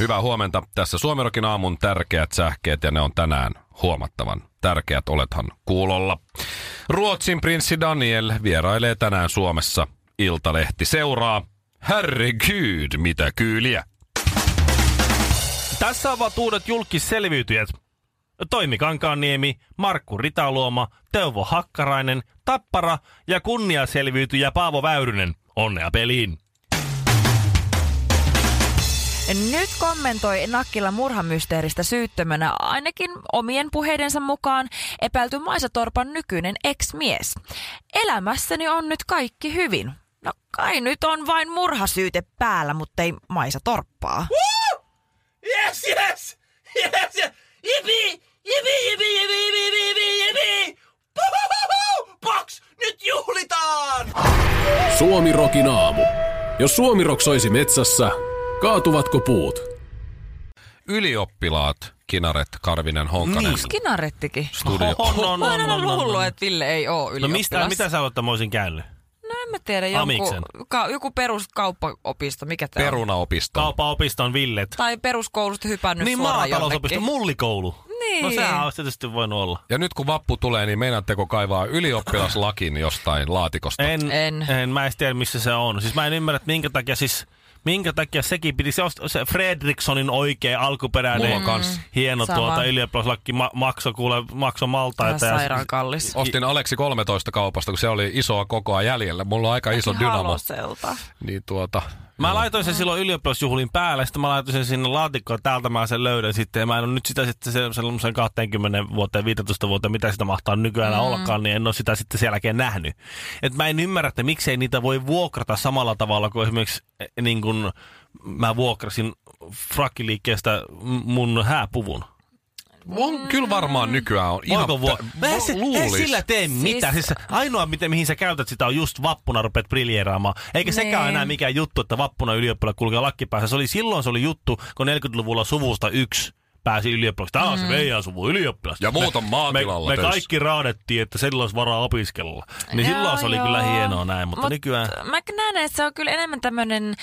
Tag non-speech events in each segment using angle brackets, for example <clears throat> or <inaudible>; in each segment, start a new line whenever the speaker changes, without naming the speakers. Hyvää huomenta. Tässä Suomerokin aamun tärkeät sähkeet ja ne on tänään huomattavan tärkeät. Olethan kuulolla. Ruotsin prinssi Daniel vierailee tänään Suomessa. Iltalehti seuraa. Herregud, mitä kyyliä.
Tässä ovat uudet julkisselviytyjät. Toimi Kankaanniemi, Markku Ritaluoma, Teuvo Hakkarainen, Tappara ja kunniaselviytyjä Paavo Väyrynen. Onnea peliin!
Nyt kommentoi Nakkila murhamysteeristä syyttömänä ainakin omien puheidensa mukaan epäilty Maisa Torpan nykyinen ex-mies. Elämässäni on nyt kaikki hyvin. No kai nyt on vain murhasyyte päällä, mutta ei Maisa Torppaa.
Yes, yes! Yes, yes! Jipi! Jipi, jipi, jipi, jipi, jipi, jipi, jipi! Puhuhuhu! Box! Nyt juhlitaan!
Suomi Rokin aamu. Jos Suomi Rock soisi metsässä, kaatuvatko puut?
Ylioppilaat, Kinaret, Karvinen, Honkanen.
Niin.
Kinarettikin.
Studio.
Mä oon aina luullut, että Ville ei oo
No
ylioppilas.
mistä, mitä sä olet, että mä olisin käynyt?
No en mä tiedä, joku,
Amiksen.
ka, joku peruskauppaopisto, mikä tää on?
Perunaopisto.
Kaupaopiston Villet.
Tai peruskoulusta hypännyt
Niin
suoraan
maatalousopisto,
jonnekin.
mullikoulu.
Niin.
No sehän olisi tietysti voinut olla.
Ja nyt kun vappu tulee, niin meinaatteko kaivaa ylioppilaslakin jostain laatikosta?
En,
En.
en. Mä en tiedä, missä se on. Siis mä en ymmärrä, että minkä takia siis... Minkä takia sekin piti, se, ost- se Fredrikssonin oikea
Mulla
alkuperäinen
on kans.
hieno
Mm. Sama.
tuota ylioppilaslakki ma- makso kuule, makso maltaita.
Ihan
ja-
sairaan kallis.
Ostin Aleksi 13 kaupasta, kun se oli isoa kokoa jäljellä. Mulla on aika iso dynamo.
Haloselta.
Niin tuota...
Mä laitoin sen silloin ylioppilasjuhliin päälle, sitten mä laitoin sen sinne laatikkoon, että täältä mä sen löydän sitten. Ja mä en ole nyt sitä sitten se- semmoisen 20 vuoteen, 15 vuoteen, mitä sitä mahtaa nykyään mm. ollakaan, niin en ole sitä sitten sen jälkeen nähnyt. Et mä en ymmärrä, että miksei niitä voi vuokrata samalla tavalla kuin esimerkiksi eh, niin kun mä vuokrasin frakkiliikkeestä m- mun hääpuvun.
Mm.
On, kyllä varmaan nykyään on.
Voiko
Ihan
vuo-
tä-
mä en, se, en
luulis.
sillä tee mitään. Siis ainoa, miten, mihin sä käytät sitä, on just vappuna rupeat briljeeraamaan. Eikä
Nee.
sekään ole enää mikään juttu, että vappuna ylioppilaat kulkee lakkipäässä. Se oli, silloin se oli juttu, kun 40-luvulla suvusta yksi pääsi ylioppilaksi. Täällä on se meidän suvun ylioppilas.
Ja muut on
Me,
maatilalla
me
töissä.
kaikki raadettiin, että silloin olisi varaa opiskella. Niin silloin se oli kyllä hienoa näin, mutta Mut, nykyään...
Mä näen, että se on kyllä enemmän tämmöinen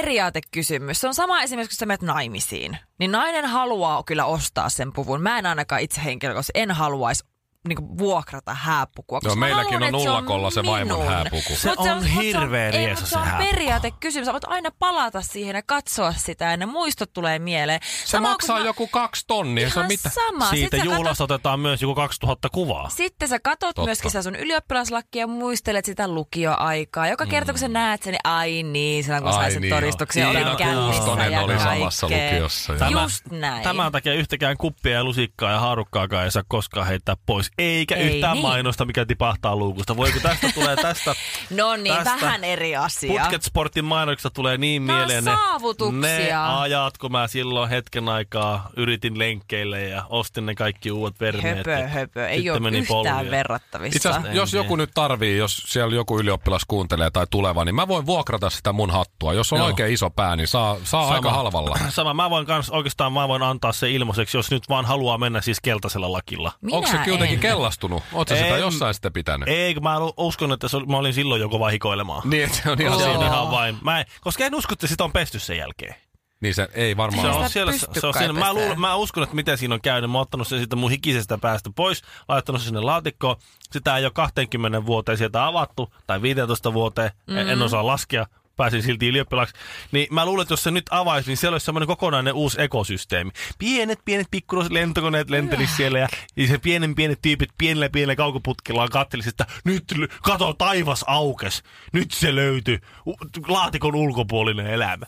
periaatekysymys. Se on sama esimerkiksi, kun sä menet naimisiin. Niin nainen haluaa kyllä ostaa sen puvun. Mä en ainakaan itse henkilökohtaisesti, en haluaisi niin vuokrata hääpukua. koska
Joo,
mä
meilläkin
haluan,
on
että se
nullakolla se vaimon
minun.
hääpuku.
Mut
Se on
mut
hirveä
ei,
riesa
mut
se
se on
hääpuku.
periaatekysymys. Sä voit aina palata siihen ja katsoa sitä ja ne muistot tulee mieleen.
Se maksaa joku kaksi tonnia. Se on
Ihan
mitä?
sama.
Siitä
Sit sä katot
juhlasta otetaan myös joku 2000 kuvaa.
sitten sä katot
Totta.
myöskin sitä sun ylioppilaslakkia ja muistelet sitä lukioaikaa. Joka kerta kun sä näet sen, niin ai niin, silloin kun
Mm. Ai
sai sen
niin,
todistuksen,
joo.
olin
Tiina
kännissä
Kuustonen
ja
oli
samassa
kaikkea.
lukiossa, joo.
Tämä-
Just näin.
Tämän takia yhtäkään kuppia ja lusikkaa ja haarukkaakaan ei saa koskaan heittää pois. Eikä
Ei
yhtään
niin.
mainosta, mikä tipahtaa luukusta. Voi kun tästä tulee
<laughs>
tästä.
no niin,
tästä
vähän eri asia.
Putket Sportin mainoksista tulee niin
Taas
mieleen ne,
saavutuksia.
ne ajat, kun mä silloin hetken aikaa yritin lenkkeille ja ostin ne kaikki uudet vermeet.
Höpö,
ja
höpö. Ei
sitten
ole
meni
yhtään
polville.
Itse
verrattavissa.
asiassa, jos
En
joku nyt tarvii, jos siellä joku ylioppilas kuuntelee tai tuleva, niin mä voin vuokrata sitä mun hattua. Jos on
Joo.
oikein iso pää, niin saa, saa aika
<clears throat>
halvalla.
<clears throat> Sama. Mä voin kans, oikeastaan mä voin antaa se ilmaiseksi, jos nyt vaan haluaa mennä siis keltaisella lakilla.
Minä
Onko se jotenkin
en.
kellastunut? Oletko sitä
En-
jossain sitä pitänyt?
Ei, kun mä lu- uskon, että se oli, mä olin silloin joko vahikoilemaan.
Niin, että se on ihan
Se on
siinä.
ihan vain. Mä en, koska en usko, että sitä on pesty sen jälkeen.
Niin se ei varmaan
Se
ole.
on
sitä
siellä,
pysty
se on
kai
siinä. Mä,
peseen.
luulen, mä uskon, että miten siinä on käynyt. Mä oon ottanut sen siitä mun hikisestä päästä pois, laittanut sen sinne laatikkoon. Sitä ei ole 20 vuoteen sieltä avattu, tai 15 vuoteen, mm. en osaa laskea. Pääsin silti ylioppilaksi. Niin mä luulen, että jos se nyt avaisi, niin siellä olisi semmoinen kokonainen uusi ekosysteemi. Pienet, pienet pikkuiset lentokoneet lentelis siellä ja ja se pienen pienet tyypit pienellä pienellä kaukoputkillaan kattelisi, että nyt l- kato taivas aukes. Nyt se löytyi. U- Laatikon ulkopuolinen elämä.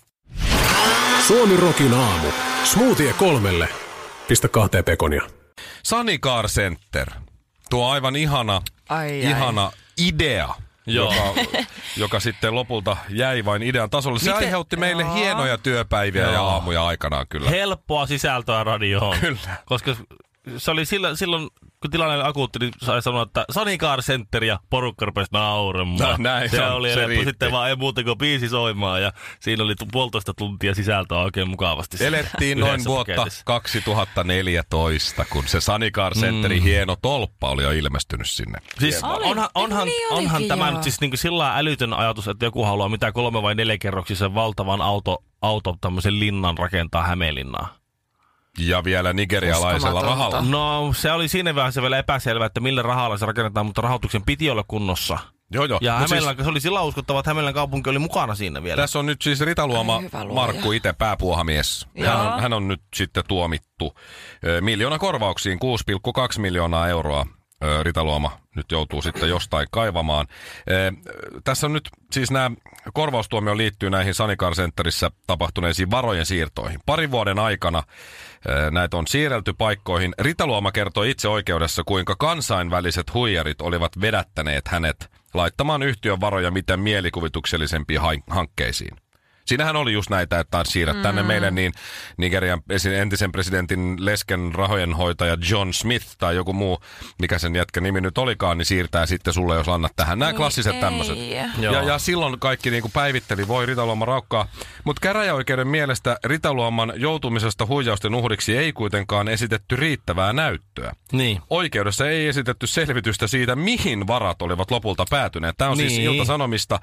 Suomi Rokin aamu. Smoothie kolmelle. Pistä kahteen pekonia.
Sanicar Center. Tuo aivan ihana,
Ai, ai.
ihana idea Joo.
<laughs>
Joka, joka sitten lopulta jäi vain idean tasolle. Se
Miten-
aiheutti meille
Joo.
hienoja työpäiviä ja
Joo.
aamuja aikanaan kyllä.
Helppoa sisältöä radioon. Kyllä. Koska se oli silloin, silloin kun tilanne oli akuutti, niin sai sanoa, että Sunny Car Center ja porukka rupesi nauramaan.
No, näin
se
on,
oli
se
eletty.
riitti.
sitten vaan ei muuta kuin biisi soimaan ja siinä oli tu- puolitoista tuntia sisältöä oikein mukavasti.
Elettiin
Yhdessä
noin vuotta
paketissa.
2014, kun se Sanicar Centerin mm. hieno tolppa oli jo ilmestynyt sinne.
Siis
Oli.
onhan,
Ei,
onhan,
niin olikin,
onhan tämä
joo.
nyt siis niin kuin sillä lailla älytön ajatus, että joku haluaa mitä kolme vai neljä kerroksisen valtavan auto, auto tämmöisen linnan rakentaa Hämeenlinnaan.
Ja vielä nigerialaisella
Uskomatonta.
rahalla.
No se oli siinä vähän se vielä epäselvä, että millä rahalla se rakennetaan, mutta rahoituksen piti olla kunnossa.
Joo, joo. Mut
Ja
siis-
Hämeenlän, se oli sillä uskottava, että Hämeenlän kaupunki oli mukana siinä vielä.
Tässä on nyt siis Ritaluoma
Ai hyvä luoja.
Markku itse pääpuohamies. Hän
Joo.
on, hän on nyt sitten tuomittu ö, miljoona korvauksiin, 6,2 miljoonaa euroa. ö, Ritaluoma nyt joutuu sitten jostain kaivamaan. Ö, Tässä on nyt siis nämä korvaustuomio liittyy näihin Sanikar Centerissä tapahtuneisiin varojen siirtoihin. Parin vuoden aikana ö, näitä on siirrelty paikkoihin. Ritaluoma kertoi itse oikeudessa, kuinka kansainväliset huijarit olivat vedättäneet hänet laittamaan yhtiön varoja miten mielikuvituksellisempiin hain- hankkeisiin. Siinähän oli just näitä, että taas siirrät tänne meille, niin Nigerian esi- entisen presidentin lesken rahojenhoitaja John Smith tai joku muu, mikä sen jätkä nimi nyt olikaan, niin siirtää sitten sulle, jos annat tähän. Nämä klassiset
ei.
tämmöiset.
Joo.
Ja, ja silloin kaikki niinku päivitteli, voi Ritaluoma raukkaa. Mutta käräjäoikeuden mielestä Ritaluoman joutumisesta huijausten uhriksi ei kuitenkaan esitetty riittävää näyttöä.
Niin.
Oikeudessa ei esitetty selvitystä siitä, mihin varat olivat lopulta päätyneet. Tämä on niin. siis
Niin.
Ilta-Sanomista.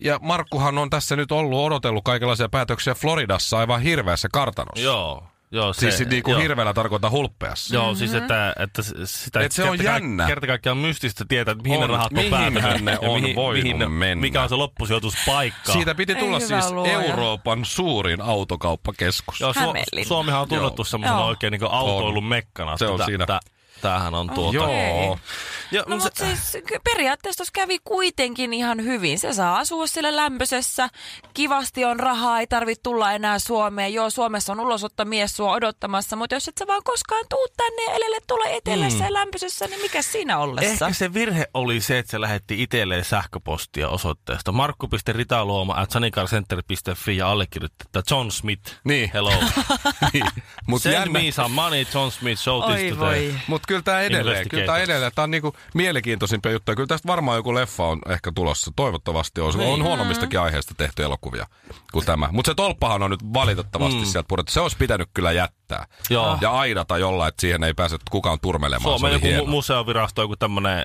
Ja Markkuhan on tässä nyt ollut odotellut kaikenlaisia päätöksiä Floridassa aivan hirveässä kartanossa.
Joo. Joo, se,
Siis niin kuin
joo.
hirveällä tarkoittaa hulppeassa.
Joo,
Mhm.
siis että, että s- sitä
Et se on
kerta kaik-
jännä.
Kerta kaikkiaan mystistä tietää, että mihin
On.
ne rahat on
Mihin
päätynyt.
ne
<laughs> ja
on voinut
mihin, ne-
mennä.
Mikä on se loppusijoituspaikka.
Siitä piti
Ei
tulla
hyvä
siis
luoja.
Euroopan suurin autokauppakeskus.
Joo, Su-
Hämeenlinna.
Suomihan on tunnettu
Joo.
semmoisena
Joo.
oikein niin autoilun mekkana.
Se on
Tätä-
siinä.
tä- Tämähän on tuota.
Joo.
Ja,
No
se-
mutta siis ky- periaatteessa tuossa kävi kuitenkin ihan hyvin. Se saa asua siellä lämpöisessä, kivasti on rahaa, ei tarvitse tulla enää Suomeen. Joo, Suomessa on ulosottomies sua odottamassa, mutta jos et sä vaan koskaan tuu tänne elelle tule etelässä ja lämpöisessä, niin mikä siinä ollessa?
Mm. Ehkä se virhe oli se, että se lähetti itselleen sähköpostia osoitteesta markku.ritaluoma at sanicarcenter.fi ja allekirjoitti, että John Smith.
Niin.
Hello.
<laughs> Niin. <laughs> Mut
Send
jännä.
me some money, John Smith, show this
Oi
today.
voi.
Mutta kyllä tämä edelleen, kyllä tämä
Investigators.
edelleen, tämä on niinku mielenkiintoisimpia juttuja. Kyllä tästä varmaan joku leffa on ehkä tulossa, toivottavasti on. Niin. On huonommistakin aiheista tehty elokuvia kuin tämä. Mutta se tolppahan on nyt valitettavasti mm. sieltä purettu. Se olisi pitänyt kyllä jättää.
Joo.
Ja aidata jollain, että siihen ei pääse kukaan turmelemaan.
Suomen
se oli
joku mu-
hieno.
museovirasto, joku tämmönen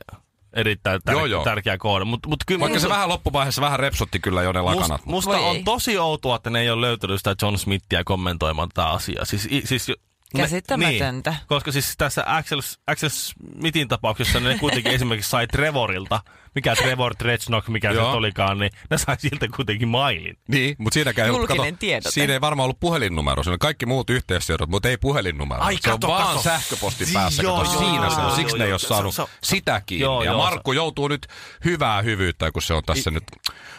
erittäin tär-
Joo, joo.
tärkeä kohde. Mut, mut kyllä
Vaikka
musta-
se vähän loppuvaiheessa vähän repsotti kyllä jo ne lakanat.
Must, musta
Voi
on
ei.
tosi outoa, että ne ei ole löytänyt sitä John Smithia kommentoimaan tätä asiaa. Siis, i- siis, jo- ne-
Käsittämätöntä.
Niin, koska siis tässä Axel, Axel Smithin tapauksessa ne
<laughs>
kuitenkin esimerkiksi sai Trevorilta, mikä Trevor Tretchnock, mikä se
Joo.
nyt olikaan, niin ne sai siltä kuitenkin mailin.
Niin, mutta siinäkään ei ollut,
Julkinen
kato,
tiedote.
siinä ei varmaan ollut puhelinnumero. Siinä oli kaikki muut yhteystiedot, mutta ei puhelinnumero.
Ai,
se on
kato,
vaan
kato.
sähköposti
Si-
päässä.
joo,
Kato,
joo,
siinä
joo,
se on.
joo,
Siksi
joo,
ne ei
joo.
ole
Se-
saanut
se-
sitä kiinni.
Joo,
ja
joo,
Markku joutuu nyt hyvää hyvyyttä, kun se on tässä nyt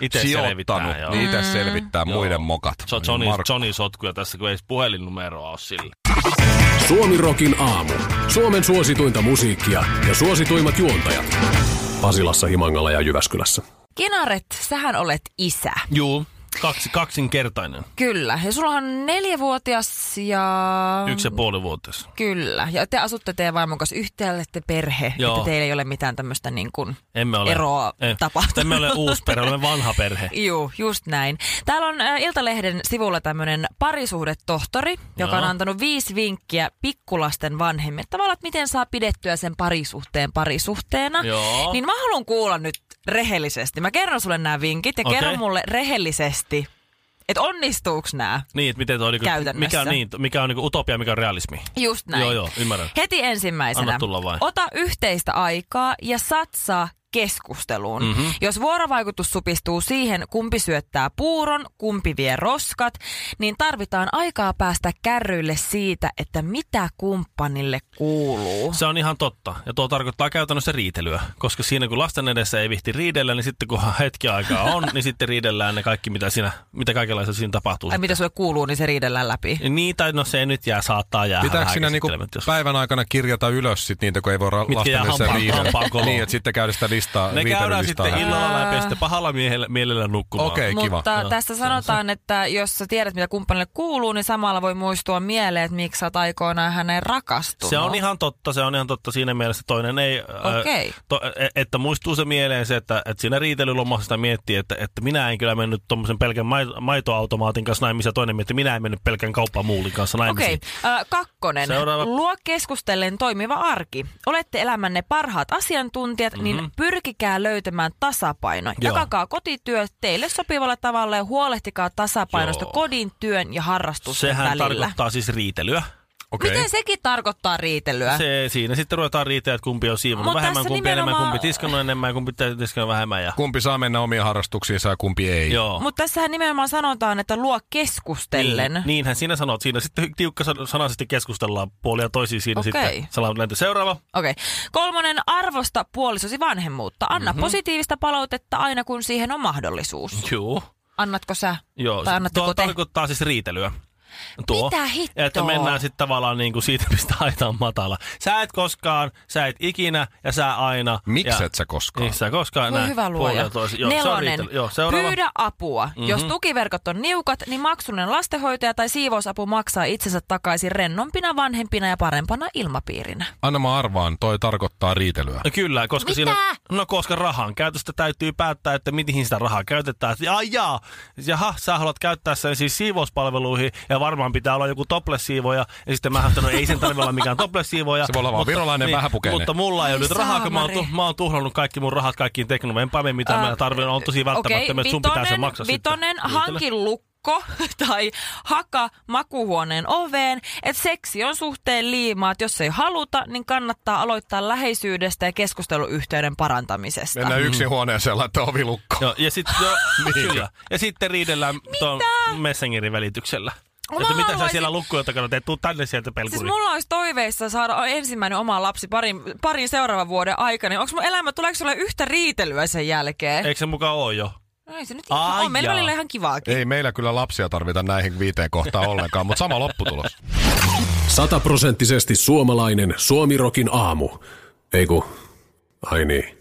Ite
sijoittanut.
selvittää, joo. Mm.
Niin itse selvittää muiden mokat.
Se on Johnny,
Markku.
Johnny sotkuja tässä, kun ei edes puhelinnumeroa ole sillä.
Suomirokin aamu. Suomen suosituinta musiikkia ja suosituimmat juontajat. Pasilassa, Himangalla ja Jyväskylässä.
Kinaret, sähän olet isä.
Juu. Kaksi, kaksinkertainen.
Kyllä. Ja sulla on neljävuotias ja...
Yksi ja puoli vuotias.
Kyllä. Ja te asutte teidän vaimon kanssa yhteen, olette perhe.
Joo.
Että teillä ei ole mitään tämmöistä niin kuin
Emme ole,
eroa
eh,
tapahtunut.
Emme ole uusi perhe, olemme vanha
<laughs>
perhe.
Juu, just näin. Täällä on ä, Iltalehden sivulla tämmöinen parisuhdetohtori, joka on
Joo.
antanut viisi vinkkiä pikkulasten vanhemmille. Tavallaan, että miten saa pidettyä sen parisuhteen parisuhteena.
Joo.
Niin mä haluan kuulla nyt rehellisesti. Mä kerron sulle nämä vinkit ja okay.
Okei.
kerro mulle rehellisesti, että onnistuuks nämä.
Niin, että miten toi, niinku,
Käytännössä.
mikä, on niin, mikä on niinku utopia, mikä on realismi.
Just näin.
Joo, joo, ymmärrän.
Heti ensimmäisenä.
Anna tulla vain.
Ota yhteistä aikaa ja satsaa keskusteluun. Mm-hmm. Jos vuorovaikutus supistuu siihen, kumpi syöttää puuron, kumpi vie roskat, niin tarvitaan aikaa päästä kärryille siitä, että mitä kumppanille kuuluu.
Se on ihan totta. Ja tuo tarkoittaa käytännössä riitelyä. Koska siinä kun lasten edessä ei vihti riidellä, niin sitten kun hetki aikaa on, niin sitten riidellään ne kaikki, mitä, siinä, mitä kaikenlaista siinä tapahtuu.
Ai mitä sulle kuuluu, niin se riidellään läpi.
Niin, tai no se nyt jää, saattaa jäädä.
Pitääkö siinä niinku
häikäilemättä, jos-
päivän aikana kirjata ylös sit niitä, kun ei voi ra-
Mitkä jää
lasten edessä
hampaan-
riidellä?
hampaan koloon.
Niin, että sitten käydä sitä listaa,
Ne käydään
viiterylistaa
sitten
hän-
illalla läpi ja
Ää.
sitten pahalla miehellä, mielellä nukkumaan.
Okei,
Mutta
kiva.
Joo.
tässä sanotaan, että jos sä tiedät, mitä kumppanille kuuluu, niin samalla voi muistua mieleen, että miksi sä oot aikoinaan häneen rakastunut.
Se on ihan totta, se on ihan totta siinä mielessä. Toinen ei, ää,
Okei.
to, e- että muistuu se mieleen se, että, että siinä riitelylomassa sitä miettii, että, että minä en kyllä mennyt tuommoisen pelkän mai- maitoautomaatin kanssa naimisiin, ja toinen miettii, että minä en mennyt pelkän kauppamuulin kanssa naimisiin.
Okei, äh, kakkonen.
Seuraava.
Luo keskustellen toimiva arki. Olette elämänne parhaat asiantuntijat, mm-hmm. niin pyrkikää löytämään tasapaino.
Mhm. Joo.
Jakakaa kotityöt teille sopivalla tavalla ja huolehtikaa tasapainosta
Joo.
kodin, työn ja harrastusten
Sehän
välillä.
tarkoittaa siis riitelyä.
Okei.
Miten sekin tarkoittaa riitelyä?
Se, siinä sitten ruvetaan riiteä, että kumpi on siivonut
Äh? Mut
vähemmän,
tässä
kumpi enemmän,
nimenomaan-
kumpi tiskannut enemmän, kumpi tiskannut vähemmän. Ja...
Kumpi saa mennä omiin harrastuksiinsa ja kumpi ei.
Joo.
Mutta tässähän nimenomaan sanotaan, että luo keskustellen.
Niin, niinhän sinä sanot. Siinä sitten tiukka san- sanaisesti keskustellaan puolia toisiin siinä
Okei.
sitten. Salam lento. Seuraava.
Okei. Kolmonen, arvosta puolisosi vanhemmuutta. Anna
Mhm.
mm-hmm. positiivista palautetta aina, kun siihen on mahdollisuus.
Joo.
Annatko sä?
Joo,
Tai
se-
annatteko
tuo
te?
tarkoittaa siis riitelyä. Tuo.
Mitä hittoa?
Että mennään sitten tavallaan niin kuin siitä, mistä aita on matala. Sä et koskaan, sä et ikinä ja sä aina.
Miksi
ja,
et sä koskaan?
Niin, sä koskaan
Voi
näin.
No hyvä
Puolia
luoja.
toisi- Joo, se on
Nelonen.
riitely. Joo, seuraava. Mhm.
Pyydä apua. Mm-hmm. Jos tukiverkot on niukat, niin maksullinen lastenhoitaja tai siivousapu maksaa itsensä takaisin rennompina, vanhempina ja parempana ilmapiirinä.
Anna mä arvaan, toi tarkoittaa riitelyä.
No kyllä, koska
Mitä?
siinä, no koska rahan käytöstä täytyy päättää, että mihin sitä rahaa käytetään. Että, ai jaa, jaha, sä haluat käyttää sen siis siivouspalveluihin ja varmaan pitää olla joku topless-siivoja. Ja sitten mä sanoin, ei sen tarvitse olla mikään
<laughs>
topless-siivoja.
Se voi olla vaan virolainen vähäpukeinen.
niin, Mutta mulla ei ole
Ai
nyt rahaa, kun mä oon, tu-
saamari.
mä oon tuhlannut kaikki mun rahat kaikkiin teknologiaan. Enpä me mitään, mä tarvitsen, on tosi välttämättömiä, että sun pitää se maksaa
vitonen
sitten. Niin,
hanki lukko <laughs> tai haka makuhuoneen oveen, että seksi on suhteen liimaa, että jos ei haluta, niin kannattaa aloittaa läheisyydestä ja keskusteluyhteyden parantamisesta.
Mennään yksin huoneeseen laittaa ovilukko.
Joo, ja, sit,
<laughs>
jo,
Niin.
kyllä. ja sitten riidellään tuon Messengerin välityksellä.
Mä
että mitä sä
haluaisin-
siellä lukkuja takana teet, tuu tänne sieltä pelkuri.
Siis mulla olisi toiveissa saada ensimmäinen oma lapsi parin, parin seuraavan vuoden aikana. Onko mun elämä, tuleeko sulle yhtä riitelyä sen jälkeen?
<laughs>
Ei,
Eikö se mukaan ole jo?
Ei se nyt
Ai
ihan on. Meillä
jaa.
välillä ihan kivaakin.
Ei meillä kyllä lapsia tarvita näihin viiteen kohtaan ollenkaan, mutta sama
<laughs>
lopputulos.
Sataprosenttisesti suomalainen Suomirokin aamu. Ei ku, ai niin.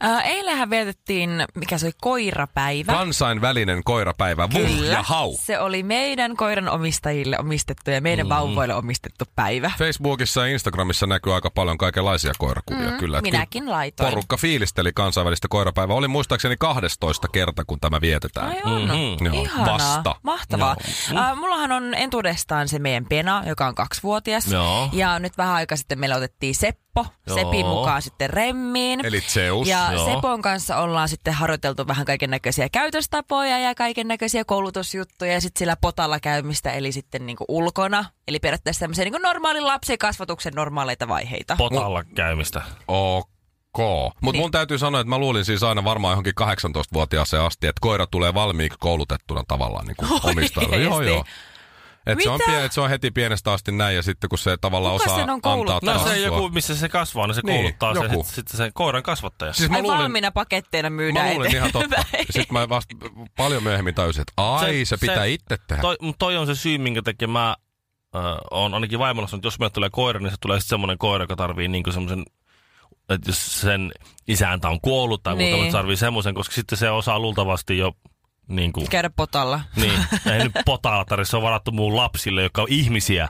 Ää, eilähän vietettiin, mikä se oli, koirapäivä.
Kansainvälinen koirapäivä. Vuh ja hau.
Se oli meidän koiran omistajille omistettu ja meidän mm. vauvoille omistettu päivä.
Facebookissa ja Instagramissa näkyy aika paljon kaikenlaisia koirakuvia. Mm, kyllä, että
minäkin
kyllä
laitoin.
Porukka fiilisteli kansainvälistä koirapäivää. Oli muistaakseni 12 kerta, kun tämä vietetään.
Ai on.
Mhm.
Mm-hmm.
Joo,
Ihanaa.
vasta.
Mahtavaa. Joo. Äh, mullahan on entuudestaan se meidän pena, joka on kaksivuotias.
Joo.
Ja nyt vähän aika sitten meillä otettiin Seppo.
Joo.
Seppi mukaan sitten remmiin.
Eli Zeus.
No, Ja
Joo.
Sepon kanssa ollaan sitten harjoiteltu vähän kaiken näköisiä käytöstapoja ja kaiken näköisiä koulutusjuttuja ja sitten sillä potalla käymistä, eli sitten niinku ulkona. Eli periaatteessa tämmöisiä niinku normaalin lapsikasvatuksen normaaleita vaiheita.
Potalla käymistä.
ok.
Niin.
Mutta mun täytyy sanoa, että mä luulin siis aina varmaan johonkin 18-vuotiaaseen asti, että koira tulee valmiiksi koulutettuna tavallaan niin kuin omistajalle. Joo,
Oikeesti?
joo. Et se, on
Mitä?
pie, et se on heti pienestä asti näin ja sitten kun se tavallaan
Kuka
osaa
sen on
antaa
kouluttanut?
No se
taas
joku, missä se kasvaa, niin se
Niin,
kouluttaa niin,
joku.
sen, sitten sen koiran kasvattaja.
Siis mä
Ai
luulin,
valmiina paketteina myydään
mä luulin ihan totta.
eteenpäin.
Sitten mä vasta paljon myöhemmin tajusin, että ai, se, se pitää itse tehdä.
Toi, mut toi on se syy, minkä takia mä äh, on ainakin vaimolla sanonut, että jos meille tulee koira, niin se tulee sitten semmoinen koira, joka tarvii niinku semmoisen että jos sen isäntä on kuollut tai muuta,
Niin.
mutta se tarvii semmoisen, koska sitten se osaa luultavasti jo niin kuin,
<laughs> Käydä potalla.
<laughs> niin, ei nyt potaalla tarvitse, se on varattu muun lapsille, jotka on ihmisiä.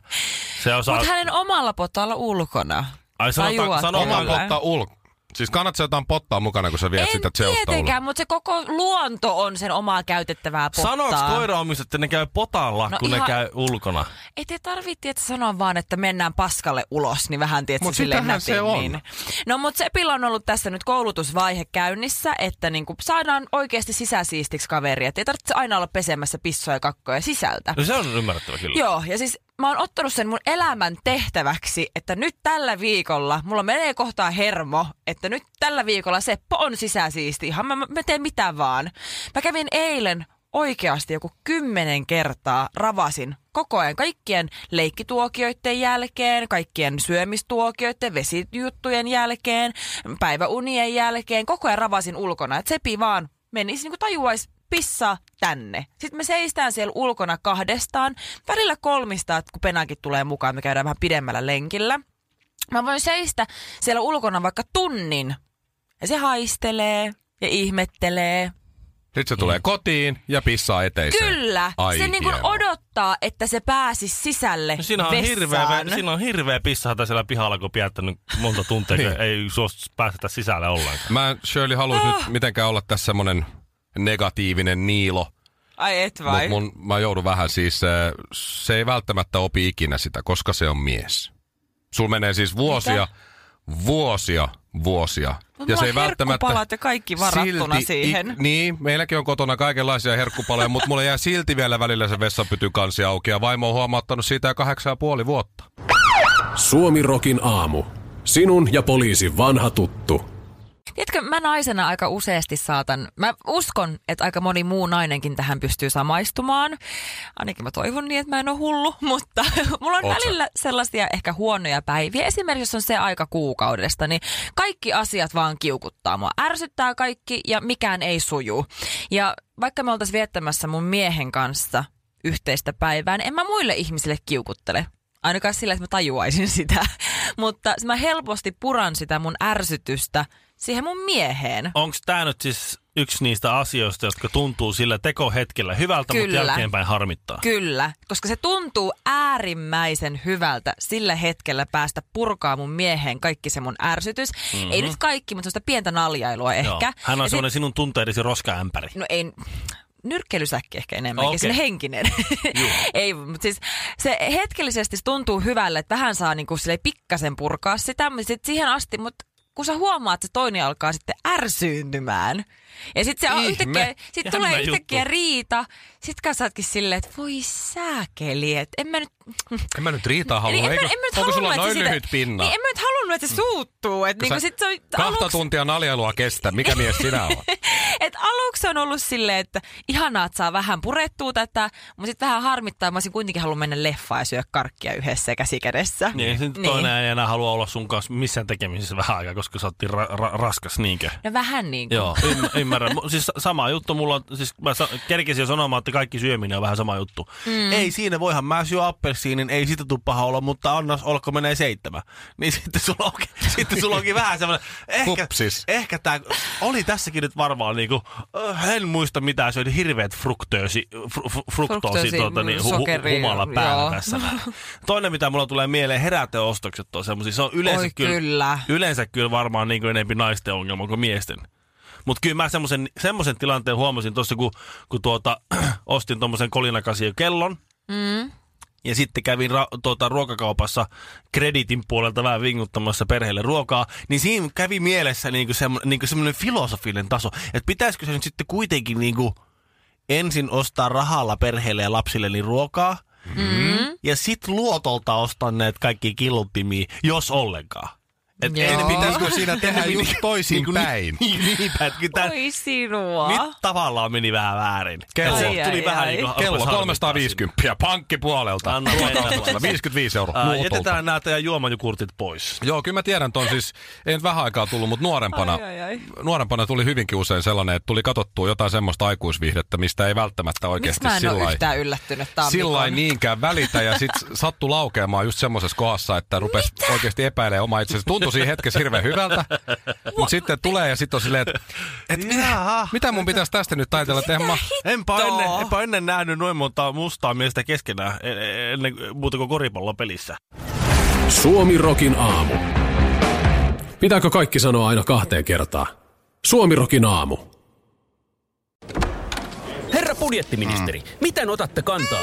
Se osaa,
Mutta hänen omalla potalla ulkona.
ai sanotaan,
tajuat
sanotaan,
no, kyllä.
Oman pottaa ulko. Siis kannatko jotain pottaa mukana, kun sä viet sitä
en
Zeusta ulos?
tietenkään, mutta se koko luonto on sen omaa käytettävää pottaa.
Sanoks koiraomistajat, että ne käy potalla,
No
kun ne
ihan-
käy ulkona?
Ei te tarvitse että sanoa vaan, että mennään paskalle ulos, niin vähän tietysti
Mut
silleen
sitähän
näpin,
se on.
Niin. No mutta Sepillä on ollut tässä nyt koulutusvaihe käynnissä, että niinku saadaan oikeasti sisäsiistiksi kaveria. Et Ei tarvitse aina olla pesemässä pissoja ja kakkoja sisältä.
No se on ymmärrettävä kyllä.
Joo, ja siis mä oon ottanut sen mun elämän tehtäväksi, että nyt tällä viikolla, mulla menee kohtaa hermo, että nyt tällä viikolla Seppo on sisäsiisti. Ihan mä, mä mä teen mitä vaan. Mä kävin eilen oikeasti joku kymmenen kertaa ravasin koko ajan kaikkien leikkituokioiden jälkeen, kaikkien syömistuokioiden, vesijuttujen jälkeen, päiväunien jälkeen. Koko ajan ravasin ulkona, että Sepi vaan menisi niin kuin tajuaisi pissaa tänne. Sitten me seistään siellä ulkona kahdestaan, välillä kolmista, että kun Penakin tulee mukaan, me käydään vähän pidemmällä lenkillä. Mä voin seistä siellä ulkona vaikka tunnin, Ja se haistelee ja ihmettelee.
Sitten se tulee kotiin ja pissaa eteiseen.
Kyllä,
Ai
se niin kuin
hieno.
odottaa, että se pääsisi sisälle
No siinä on,
vessaan.
hirveä, vä- siinä on hirveä pissahata siellä pihalla, kun pidättänyt monta tuntia, kun ei suostu päästä sisälle ollenkaan.
Mä en, Shirley, halus
Ah.
nyt mitenkään olla tässä semmonen negatiivinen niilo,
Ai et
mutta
vai?
mun, mä joudun vähän siis, äh, se ei välttämättä opi ikinä sitä, koska se on mies. Sul menee siis vuosia, vuosia, vuosia.
Mut No mulla on herkkupalat ja kaikki varattuna siihen.
Ik, niin, meilläkin on kotona kaikenlaisia herkkupaloja, mutta mulla jää silti vielä välillä se vessanpyty kansi auki ja vaimo on huomauttanut siitä jo kahdeksan ja puoli vuotta.
Suomi Rokin aamu. Sinun ja poliisin vanha tuttu.
Tiedätkö, mä naisena aika useasti saatan, mä uskon, että aika moni muu nainenkin tähän pystyy samaistumaan. Ainakin mä toivon niin, että mä en ole hullu, <laughs> mutta mulla on
Oot sä?
välillä sellaisia ehkä huonoja päiviä. Esimerkiksi jos on se aika kuukaudesta, niin kaikki asiat vaan kiukuttaa mua. Ärsyttää kaikki ja mikään ei suju. Ja vaikka me oltaisiin viettämässä mun miehen kanssa yhteistä päivää, niin en mä muille ihmisille kiukuttele. Ainakaan sillä, että mä tajuaisin <laughs> sitä. Mutta mä helposti puran sitä mun ärsytystä siihen mun mieheen.
Onko tämä nyt siis yksi niistä asioista, jotka tuntuu sillä tekohetkellä hyvältä,
Kyllä.
mutta jälkeenpäin harmittaa?
Kyllä, koska se tuntuu äärimmäisen hyvältä sillä hetkellä päästä purkaa mun mieheen kaikki se mun ärsytys. Mm-hmm. Ei nyt kaikki, mutta sellaista pientä naljailua ehkä.
Mhm. Joo. Hän
Ja
on semmoinen sinun tunteidesi roskaämpäri.
No ei, nyrkkeilysäkki ehkä enemmänkin, okay.
Okei.
sinne henkinen. <laughs> ei, mutta siis se hetkellisesti se tuntuu hyvälle, että vähän saa niinku sille pikkasen purkaa sitä, mutta sit siihen asti, mutta kun sä huomaat, että se toinen alkaa sitten ärsyyntymään. Ja sitten se on
Ihme.
yhtäkkiä, sit
Jännä
tulee
juttu.
yhtäkkiä riita. Sitten sä ootkin silleen, että voi sääkeli, että en mä nyt... Niin,
En mä nyt riitaa halua,
en, mä, en
eikö?
mä nyt
Onko sulla
halunnut,
noin
että se
lyhyt
sitä,
pinna?
Niin, en mä nyt halunnut, että se suuttuu. Että
Sä
niinku sit se on
Kahta
aluksi-
tuntia naljailua kestä. Mikä mies sinä
<laughs>
olet?
Et aluksi on ollut silleen, että ihanaa, että saa vähän purettua tätä, mutta sitten vähän harmittaa. Mä olisin kuitenkin halunnut mennä leffaan ja syödä karkkia yhdessä ja käsi kädessä.
Niin, niin. toinen ei enää halua olla sun kanssa missään tekemisissä vähän aikaa, koska sä oot niin ra- ra- raskas, niinkö?
No vähän niin kuin.
Joo,
<laughs>
ymm, ymmärrän. Mu- Siis sa- sama juttu mulla on, siis mä sa- kerkisin jo sanomaan, että kaikki syöminen on vähän sama juttu. Mm. Ei siinä, voihan mä syö appelsiinin, ei sitä tuu paha olla, mutta annas olko menee seitsemän. Niin <laughs> sitten sulla onkin, sitten sulla onkin vähän semmoinen, ehkä,
Hupsis.
ehkä tää, oli tässäkin nyt varmaan niinku, äh, en muista mitään, se oli hirveet fruktöösi, fru, fru, fruktoosi,
Fruktoosi, mm,
tuota, niin, hu, hu,
sokeri,
humala päällä
joo.
tässä. Toinen, mitä mulla tulee mieleen, heräteostokset on semmoisia, se on yleensä
Oi
kyllä,
kyllä.
yleensä kyllä varmaan niin enempi naisten ongelma kuin miesten. Mutta kyllä mä semmoisen semmosen tilanteen huomasin tuossa, kun, kun tuota, <clears throat> ostin tuommoisen kolinakasio kellon. Mm. Ja sitten kävin ra- tuota, ruokakaupassa kreditin puolelta vähän vinguttamassa perheelle ruokaa, niin siinä kävi mielessä niinku semmo, niinku semmoinen filosofinen taso, että pitäisikö se nyt sitten kuitenkin niinku ensin ostaa rahalla perheelle ja lapsille niin ruokaa,
Mm-hmm.
mm. ja sitten luotolta ostaa näitä kaikki killumpimia, jos ollenkaan. Et
Joo.
ei ne pitäisi
Pitäisikö siinä tehdä
Ennemmin
just
niin-
toisin
niin kuin
päin?
Niin, niin, että kyllä tää-
Oi sinua.
nyt tavallaan meni vähän väärin.
Kello.
Tuli
Ai, ai,
vähän
ai.
niin kuin,
Kello 350, pankkipuolelta.
Anna mennä.
55 euroa
Ää,
luotolta.
jätetään nämä teidän juomajukurtit pois.
Joo, kyllä mä tiedän ton siis, ei nyt vähän aikaa tullut, mutta nuorempana,
Ai, ai, ai.
nuorempana tuli hyvinkin usein sellainen, että tuli katsottua jotain semmoista aikuisviihdettä, mistä ei välttämättä
Miksi
oikeasti
mä en
sillä
ole
lailla-
yhtään yllättynyt
sillä
tammikoon?
ei niinkään välitä ja sit sattu laukeamaan just semmoisessa kohdassa, että rupes oikeasti epäilemään omaa itsensä. Tuntui siinä hetkessä hirveän hyvältä, mutta sitten tulee ja sitten on silleen, että et,
Jaha.
mitä mun pitäisi tästä nyt taitella tehdä? Mä,
Enpä ennen, enpä ennen nähnyt noin monta mustaa miestä keskenään, e- e- ennen muuta kuin koripallopelissä.
Suomi Rokin aamu. Pitääkö kaikki sanoa aina kahteen kertaan? Suomi Rokin aamu.
Herra budjettiministeri, mm. miten otatte kantaa?